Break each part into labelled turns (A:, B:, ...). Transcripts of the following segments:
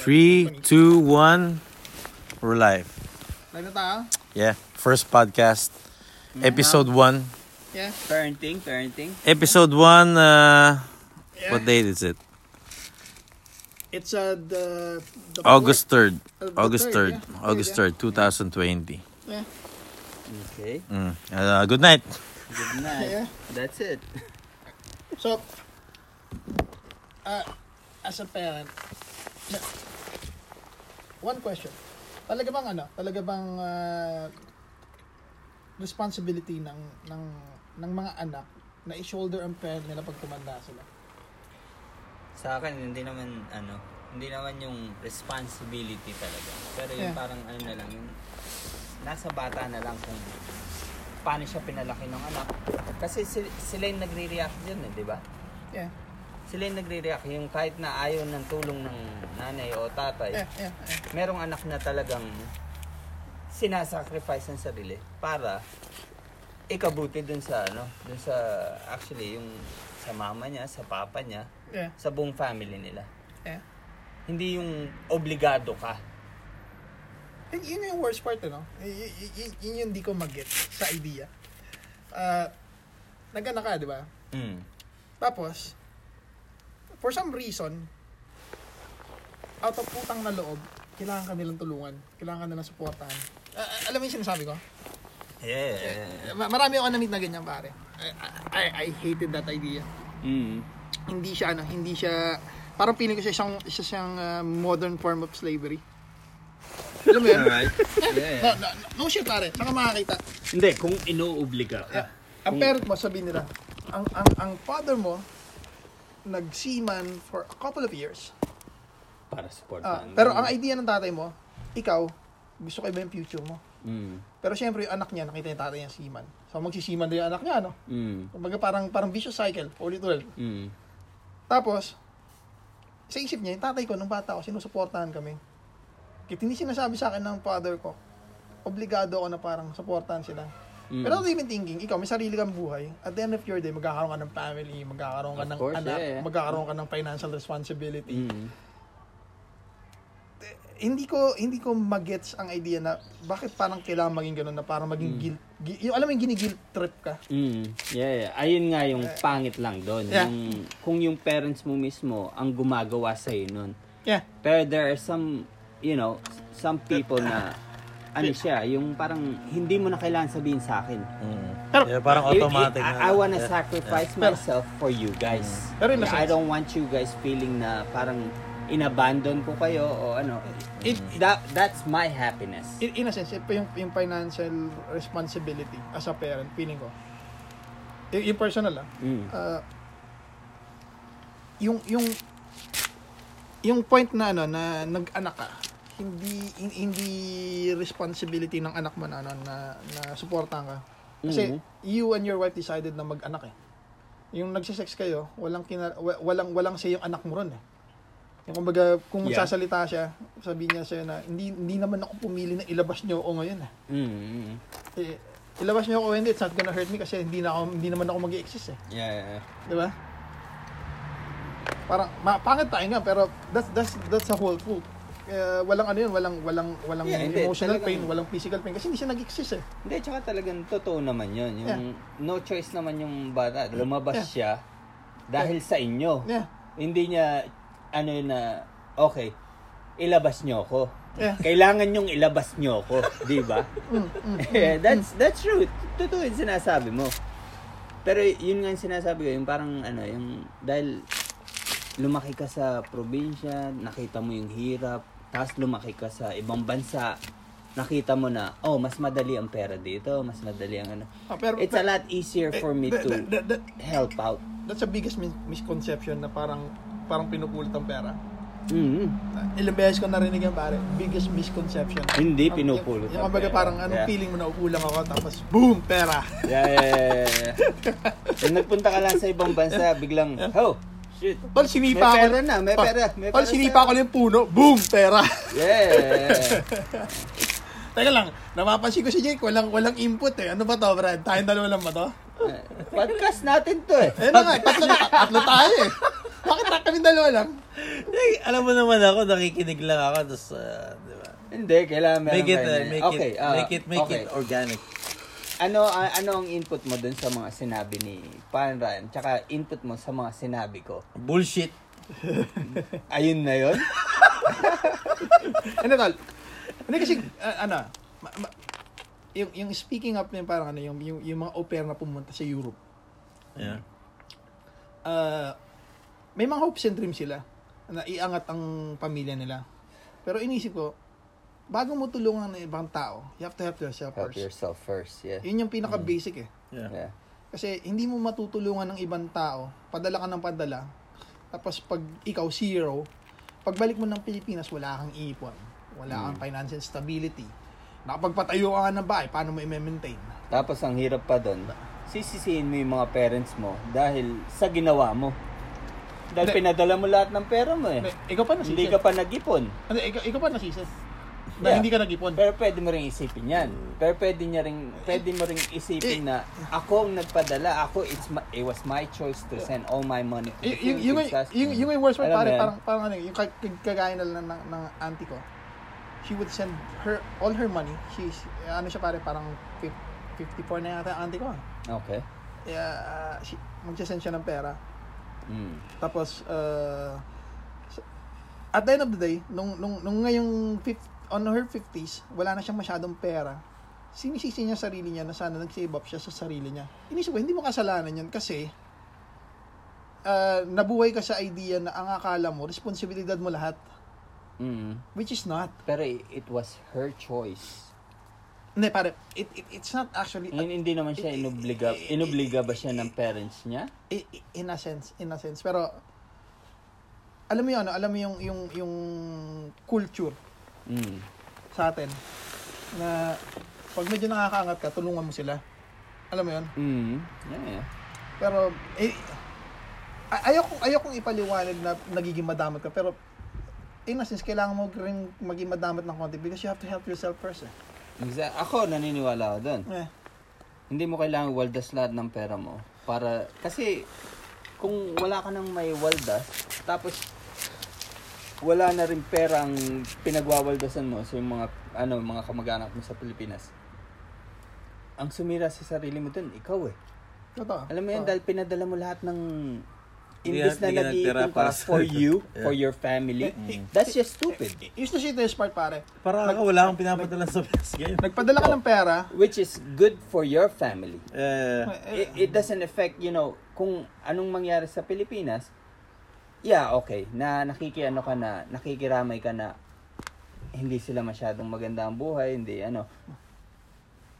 A: Three, two, one. We're live.
B: Live na tayo?
A: Yeah. First podcast. Episode one.
B: Yeah.
C: Parenting, parenting.
A: Episode one. Uh, what date is it?
B: It's uh, the, the
A: August third.
B: Uh, the
A: August
B: third, yeah.
A: third.
B: Third,
A: August
B: yeah.
A: third, two thousand twenty.
B: Yeah.
C: Okay.
A: Mm. Uh, good night.
C: Good night.
B: Yeah.
C: That's it.
B: So, uh, as a parent, one question. Talaga bang ano? Talaga bang uh, responsibility ng ng ng mga anak na i-shoulder ang parent nila pag tumanda sila?
C: Sa akin, hindi naman, ano, hindi naman yung responsibility talaga. Pero yung
B: Yeah.
C: parang, ano na lang, yung nasa bata na lang kung paano siya pinalaki ng anak. Kasi si- sila yung nagre-react dyan eh, di ba?
B: Yeah.
C: Sila yung nagre-react. Yung kahit na ayaw ng tulong ng nanay o tatay,
B: Yeah, yeah, yeah.
C: merong anak na talagang sinasacrifice ang sarili para ikabuti dun sa ano, dun sa actually yung sa mama niya, sa papa niya,
B: Yeah,
C: sa buong family nila.
B: yeah.
C: Hindi yung obligado ka.
B: Yun, yun yung worst part, ano? Y- y- y- yun, yun yung di ko mag-get sa idea. Uh, nag-anak ka, di ba?
C: Mm.
B: Hmm. Tapos, for some reason, out of putang na loob, kailangan ka nilang tulungan. Kailangan ka nilang supportahan. Ah, ah, alam mo yung sinasabi ko? Eh,
C: Yeah.
B: Ma- Marami ako na-meet na ganyan, pare. I, I, I hated that idea. Hmm.
C: Mm.
B: Hindi siya, ano, hindi siya... Parang feeling ko siya siyang, siya siyang ah, modern form of slavery. Alam mo yun?
C: Alright.
B: No,
C: Yeah.
B: no, no shit, pare. Saka makakita.
D: Hindi, kung
B: Ah.
D: inuobliga ka.
B: Ang parent mo, sabihin nila, ang, ang, ang father mo, nagseaman for a couple of years.
D: Para support
B: Ah, pero ang idea ng tatay mo, ikaw, gusto ko iba yung future mo.
D: Mm.
B: Pero syempre yung anak niya, nakita yung tatay niya siman. So magsisiman din yung anak niya, no?
D: Mm.
B: Kumbaga parang, parang vicious cycle, ulit ulit.
D: Mm.
B: Tapos, sa isip niya, yung tatay ko, nung bata ko, sinusuportahan kami. Kahit hindi sinasabi sa akin ng father ko, obligado ako na parang supportahan sila. Pero not even thinking, ikaw, may sarili kang buhay. At the end of your day, magkakaroon ka ng family, magkakaroon ka
D: Of
B: ng
D: course,
B: anak,
D: yeah, yeah.
B: magkakaroon ka ng financial responsibility.
D: Mm.
B: hindi ko hindi ko magets ang idea na bakit parang kailangan maging ganun na parang maging guilt, gui- yung alam mo yung gini-guilt trip ka.
D: Mm. Yeah, yeah. Ayun nga yung pangit lang doon.
B: Yeah.
D: Yung, kung yung parents mo mismo ang gumagawa sa'yo nun.
B: Yeah.
D: Pero there are some, you know, some people na, ano siya, yung parang hindi mo na kailangan sabihin sa akin.
A: Mm.
B: Pero-
A: yeah, parang
D: You- you-
A: automatic. na
D: I, I
A: lang. Mm.
D: wanna sacrifice myself for you guys.
B: Pero in a
D: I
B: sense-
D: don't want you guys feeling na parang inabandon ko kayo o ano.
B: It,
D: That, that's my happiness.
B: in, in a sense, ito yung, yung financial responsibility as a parent, feeling ko. Y- yung personal ah.
D: Mm.
B: Ah, yung yung yung point na ano na nag-anak ka hindi hin- hindi responsibility ng anak mo na ano na, na supportahan ka kasi
D: Mhm.
B: you and your wife decided na mag-anak eh yung nagsisex kayo walang kina, wa- walang walang sa yung anak mo ron eh yung kumbaga kung
D: Yeah.
B: sasalita siya sabi niya sa'yo na hindi hindi naman ako pumili na ilabas niyo ako ngayon eh.
D: Mm.
B: eh ilabas niyo ako hindi it's not gonna hurt me kasi hindi na ako, hindi naman ako mag-exist eh
D: Yeah, yeah, yeah.
B: Di ba? Parang mapangit tayo nga pero that's that's that's a whole food. Eh, walang ano yun, walang walang walang
D: Yeah, hindi,
B: emotional
D: talagang-
B: pain, walang physical pain kasi hindi siya nag-exist eh.
D: Hindi, tsaka talagang totoo naman yun. Yung no choice naman yung bata. Lumabas siya dahil sa inyo.
B: Yeah.
D: Hindi niya, ano yun na, okay, ilabas niyo ako.
B: Yeah. Mm,
D: Kailangan yung ilabas niyo ako, di ba? Eh, that's that's true. Totoo yung sinasabi mo. Pero yun nga yung sinasabi ko, yung parang ano, yung dahil lumaki ka sa probinsya, nakita mo yung hirap, tapos lumaki ka sa ibang bansa, nakita mo na, oh, mas madali ang pera dito, mas madali ang ano.
B: Ah, pero eh,
D: It's a lot easier for me
B: that-
D: to
B: that- that-
D: help out.
B: that's the biggest mis- misconception na parang parang pinupulit ang pera.
D: Mm.
B: Ah, Ilang beses ko narinig yan pare, biggest misconception.
D: Hindi
B: Ang-
D: pinupulot
B: Yung
D: ang
B: kumbaga
D: pera.
B: parang anong
D: Yeah.
B: feeling mo na ukulang ako tapos boom, pera.
D: Yeah, yeah, yeah, yeah, yeah. Yung nagpunta ka lang sa ibang bansa, biglang, oh, shit.
B: Tol, sinipa ako.
D: May pera na, may
B: Tol,
D: pera, may
B: Tol,
D: pera
B: sinipa
D: sa-
B: ko lang yung puno, boom, pera.
D: Yeah.
B: Teka lang, napapansin ko si Jake, walang walang input eh. Ano ba to, Brad? Tayong dalawa lang ba to?
D: Podcast natin to eh.
B: Ayun na nga, tatlo, tatlo tayo eh. Bakit na kami dalawa lang?
A: Eh, alam mo naman ako, nakikinig lang ako. Tapos, ah, di ba?
D: Hindi, kailangan meron
A: Make it,
D: kayo
A: ah,
D: na-
A: make
D: okay,
A: it,
D: ah,
A: make it, make
D: okay.
A: it organic.
D: Ano, ah, ano ang input mo dun sa mga sinabi ni Pan Ryan? Tsaka input mo sa mga sinabi ko.
A: Bullshit.
D: Ayun na yun?
B: Ano tal? Hindi kasi, ah, ano, ma- ma- yung, yung speaking up na yun, parang ano, yung, yung, yung mga au pair na pumunta sa Europe,
A: Yeah.
B: ah, may mga hopes and dreams sila na iangat ang pamilya nila. Pero inisip ko, bago mo tulungan ng ibang tao, you have to help yourself
D: Help
B: first.
D: yourself first, yeah.
B: Yun yung pinaka-basic eh.
A: Yeah.
D: Yeah.
B: Kasi hindi mo matutulungan ng ibang tao, padala ka ng padala, tapos pag ikaw zero, pagbalik mo ng Pilipinas, wala kang ipon, wala
D: Hmm.
B: kang financial stability. Nakapagpatayo ka ng bahay, paano mo i-maintain?
D: Tapos ang hirap pa doon, sisisihin mo yung mga parents mo dahil sa ginawa mo. Dahil
B: Hindi.
D: pinadala mo lahat ng pera mo eh.
B: Hindi, Ikaw pa nasisi.
D: Hindi ka pa nag-ipon.
B: Ano, ikaw, ikaw pa nasisi. Na
D: Yeah. Eh,
B: hindi ka nag-ipon.
D: Pero pwede mo rin isipin yan.
B: Mm.
D: Pero pwede, niya rin, pwede mo rin isipin na ako ang nagpadala. Ako, it's my, it was my choice to send all my money to the
B: Y- yung, yung,
D: Philippines. Tapos-
B: yung, yung, yung worst part,
D: Alam mo
B: pare,
D: yan?
B: parang, parang ano, yung kag- kag- kagaya na lang ng, ng auntie ko, she would send her, all her money, she, ano siya pare, parang fif- 54 na yata ang auntie ko. ah.
D: Okay.
B: Yeah, she, magsasend ah, siya ng pera.
D: Mm.
B: Tapos, uh, s- at the end of the day, nung, nung, nung ngayong fif- on her 50s, wala na siyang masyadong pera. Sinisisi niya sarili niya na sana nag-save up siya sa sarili niya. Inisip ko, hindi mo kasalanan yun kasi uh, nabuhay ka sa idea na ang akala mo, responsibilidad mo lahat.
D: Mm.
B: Which is not.
D: Pero i- it was her choice.
B: Hindi, pare, it, it, it's not actually,
D: Yun, hindi naman siya inubliga. Inubliga ba siya ng parents niya?
B: i- i- in a sense, in a sense. Pero, alam mo yun, ano, alam mo yung, yung, yung culture
D: Mm.
B: sa atin na pag medyo nakakaangat ka, tulungan mo sila. Alam mo yun?
D: Mm. Yeah, yeah.
B: Pero, eh, ay- ayoko, ayokong ipaliwanag na nagiging madamot ka, pero in a sense, kailangan mo rin maging madamot ng konti because you have to help yourself first. Eh.
D: Exa- Ako, naniniwala ako doon.
B: Eh,
D: Hindi mo kailangan waldas lahat ng pera mo. Para, kasi, kung wala ka nang may waldas, tapos, wala na rin perang pinagwawaldasan mo sa yung mga, ano, mga kamag-anak mo sa Pilipinas. Ang sumira sa sarili mo dun, ikaw eh.
B: totoo.
D: Alam mo yun,
B: Totoo.
D: dahil pinadala mo lahat ng
A: Oh. Hindi na-
D: imbis na
A: hindi ka nagtira
D: nag-iipon
A: para
D: para
A: sa-
D: for you,
A: Yeah.
D: for your family, that's just stupid.
B: Here's the shittest part, pare.
A: Para Mm. ako, wala akong pinapadala sa best game.
B: Nagpadala ka ng pera,
D: Which is good for your family.
A: Yeah.
D: it, it doesn't affect, you know, kung anong mangyari sa Pilipinas, yeah, okay, na nakikiano ka na, nakikiramay ka na hindi sila masyadong maganda ang buhay, hindi ano.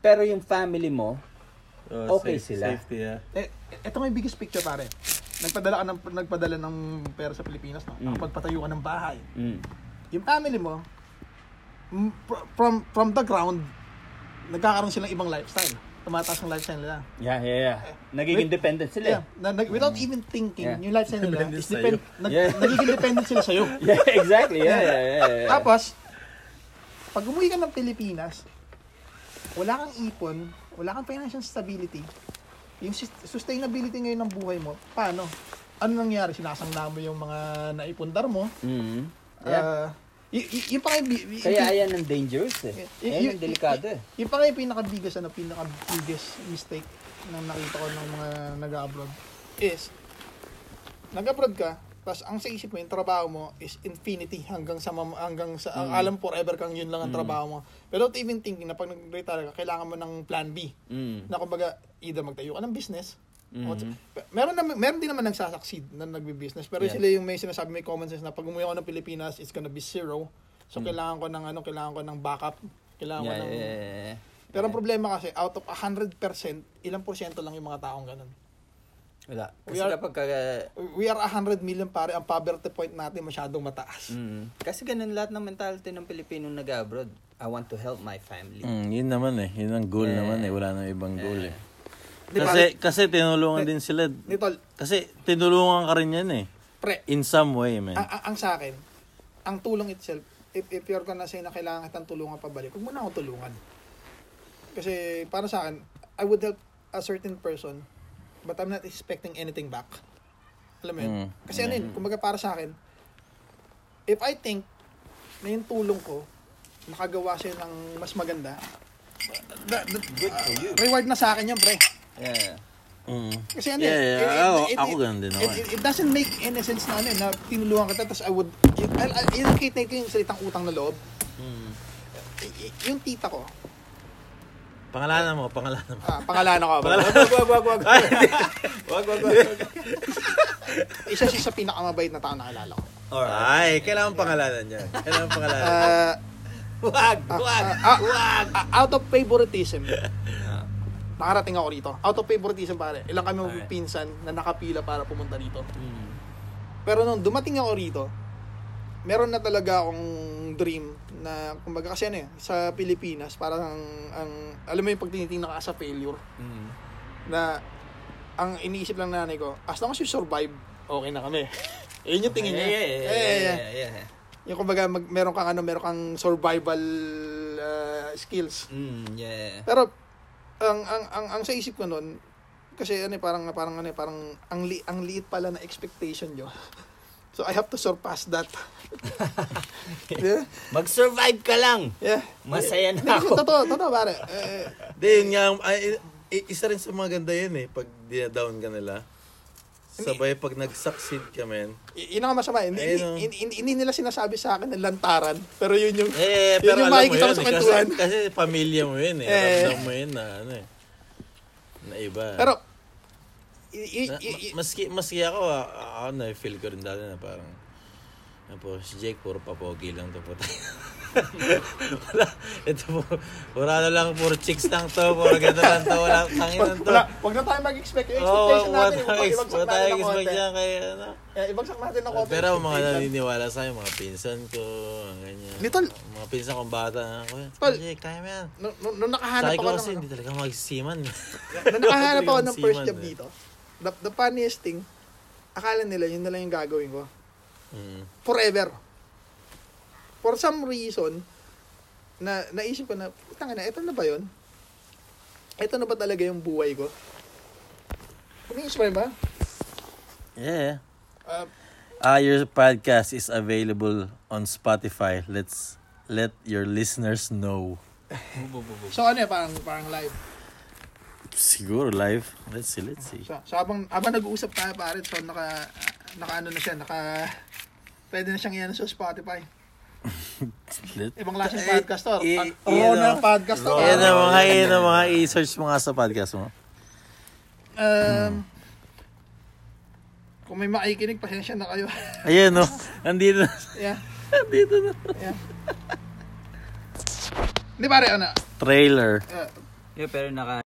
D: Pero yung family mo,
A: Oh,
D: Okay
A: safe-
D: sila.
A: Safety, yeah.
B: eh, ito nga yung biggest picture, pare. Nagpadala ka ng, nagpadala ng pera sa Pilipinas, no?
D: Mm.
B: Nakapagpatayo ka ng bahay.
D: mm,
B: yung family mo m- fr- from from the ground nagkakaroon silang ibang lifestyle tumataas ang lifestyle nila
D: yeah, yeah, yeah. Nagiging
B: Wait.
D: dependent
B: yeah,
D: sila. eh.
B: na, na- without even thinking
D: Yeah.
B: yung lifestyle nila
A: Dependent
B: is
A: sa'yo.
B: depend, nag,
D: Yeah.
B: nagiging dependent sila sa'yo
D: Yeah, exactly. Yeah, yeah, yeah. yeah, yeah.
B: tapos pag umuwi ka ng Pilipinas wala kang ipon wala kang financial stability yung sus- sustainability ngayon ng buhay mo paano ano nangyari sinasangla mo yung mga naipundar mo
D: Mm. Yeah.
B: Ah, y- y- yung pa kayo bi- bi-
D: Kaya ayan ang dangerous eh.
B: Y- y-
D: Ayan
B: y-
D: ang delikado eh.
B: y- Yung pa nga yung pinaka-biggest, ano, pinaka-biggest mistake na nakita ko ng mga nag-abroad is, nag-abroad ka, tapos ang sa isip mo, yung trabaho mo is infinity hanggang sa, mam- hanggang sa
D: Mm.
B: ang alam forever kang yun lang ang trabaho mo. Pero without even thinking na pag nag-retire ka, kailangan mo ng plan B.
D: Mm.
B: Na kumbaga, either magtayo ka ng business,
D: Mm-hmm.
B: o- meron, na, meron din naman nagsasucceed na nagbi-business. Pero
D: Yeah.
B: sila yung may sinasabi, may common sense na pag umuwi ako ng Pilipinas, it's gonna be zero. So, kailangan ko ng ano, kailangan ko ng backup. Kailangan
D: Mm.
B: ko
D: Yeah,
B: ng...
D: yeah, yeah, yeah.
B: Pero ang problema kasi, out of 100%, ilang porsyento lang yung mga taong ganun.
D: Wala.
B: We
D: Kasi
B: are-
D: kapag ka-
B: We are 100 million pare, ang poverty point natin masyadong mataas.
D: Mm. Kasi ganun lahat ng mentality ng Pilipinong nag-abroad. I want to help my family.
A: Mm, yun naman eh. Yun ang goal
D: Yeah.
A: naman eh. Wala nang ibang goal eh.
B: Di ba?
A: Kasi, kasi tinulungan din sila.
B: Nito,
A: Kasi tinulungan ka rin yan eh.
B: pre,
A: In some way, man.
B: ang, ang, ang sa akin, ang tulong itself, if, if you're gonna say na kailangan kitang tulungan pabalik, huwag mo na ako tulungan. Kasi para sa akin, I would help a certain person, but I'm not expecting anything back. Alam mo yun?
A: Mm.
B: Kasi ano yun, kumbaga para sa akin, if I think na yung tulong ko, nakagawa siya ng mas maganda, that, that, reward na sa akin yun, pre.
D: Yeah.
A: Mm.
B: Kasi ano
A: Yeah,
B: yun,
A: yeah, ako- ako ganun din ako
B: It,
A: eh.
B: it- it doesn't make any sense na ano yun, na tinulungan kita, tapos I would, I'll, I'll indicate na yung salitang utang na loob.
A: Hmm.
B: Y- y- Yung tita ko,
A: Pangalanan mo, pangalanan mo.
B: ah, pangalan ako. Wag, wag, wag, wag,
A: Ah,
B: wag.
D: Wag, wag, wag.
B: Isa siya sa pinakamabait na tao na nakilala ko.
A: Ay, kailangan pangalanan niya. Kailangan pangalanan.
B: Ah,
D: Wag, wag.
B: Ah, ah, out of favoritism. Nakarating ako rito. Out of favoritism pare. Ilang kami pinsan na nakapila para pumunta dito. Mm. Pero nung dumating ako rito, meron na talaga akong dream na kumbaga kasi ano eh, sa Pilipinas parang ang, ang alam mo yung pag tinitingnan ka as a failure
D: Mm.
B: na ang iniisip lang nanay ko, as long as you survive, okay na kami. Yun yung tingin niya.
D: Yeah, yeah,
B: Eh,
D: yeah,
B: eh, eh.
D: yeah, yeah, yeah.
B: Yung kumbaga, mag, meron kang ano, meron kang survival uh, skills.
D: Mm, yeah.
B: Pero ang ang ang, ang sa isip ko noon kasi ano eh, parang parang ano eh, parang ang li, ang liit pala na expectation nyo. So I have to surpass that. yeah.
D: Mag-survive ka lang.
B: Yeah.
D: Masaya na
B: Hindi, kasi
D: ako.
B: totoo, totoo pare. Eh,
A: Hindi, yun nga, ay, i- isa rin sa mga ganda yun eh, pag dinadown ka nila. Sabay pag nag-succeed ka, man.
B: y- yun ang masama. eh. Hindi,
A: Ayun, oh.
B: hindi, hindi, hindi nila sinasabi sa akin na lantaran, pero yun yung yun
A: Eh, pero
B: yung
A: alam mo
B: makikita
A: yun,
B: ko sa
A: eh, kasi,
B: kwentuhan.
A: kasi pamilya mo yun eh.
B: Eh.
A: Ramdam mo yun na ano eh. Na iba.
B: Pero y- y-
A: na,
B: y- y-
A: ma- maski, maski ako, ah, ah, ako na-feel ko rin dati na parang, ano po, si Jake puro papogi lang to po tayo. wala, ito po, puro ano lang, puro chicks lang to, puro ganda lang to, wala, tanginan to.
B: Wala, wag na tayo mag-expect. Yung expectation
A: wala
B: natin,
A: tayong
B: ibag-
A: ex-
B: ibagsak
A: wala
B: natin
A: tayong
B: ng
A: expect
B: konti.
A: dyan kay ano.
B: Eh, ibagsak natin ng konti.
A: Pero ang mga
B: expectation.
A: naniniwala sa'yo, mga pinsan ko, ganyan.
B: Litol.
A: Mga pinsan kong bata. Ako,
B: Tol.
A: Jake, kaya mo yan.
B: Nung, nung, nung nakahanap
A: Sabi
B: ako ng,
A: ko
B: ano,
A: kasi, hindi talaga magsiman.
B: nung nakahanap ako ng
A: Siman,
B: first job
A: eh.
B: dito, the, the funniest thing, akala nila yun na lang yung gagawin ko.
A: mm.
B: Forever. For some reason, na naisip ko na, putang na, ito na ba yun? Ito na ba talaga yung buhay ko? Kuminis mo rin ba?
A: Yeah.
B: Ah,
A: Ah, your podcast is available on Spotify. Let's let your listeners know.
B: so ano eh, parang, parang live.
A: Siguro live. Let's see, let's see.
B: So, so habang, habang nag-uusap tayo pare, so naka, naka ano na siya, naka, pwede na siyang iyan sa Spotify.
A: Let,
B: Ibang klaseng podcast to.
A: eh,
B: Pag-
A: eh,
B: Raw na
A: ano?
B: podcast to. ah.
A: yan ang mga,
D: yan
A: yan ang
D: na.
A: mga i-search mo nga sa podcast mo.
B: Um, kung may makikinig, pasensya na kayo.
A: Ayan, no? Nandito na.
B: yeah.
A: Nandito na.
B: Yeah. Hindi pare, ano,
A: Trailer.
B: uh,
D: Yeah, pero naka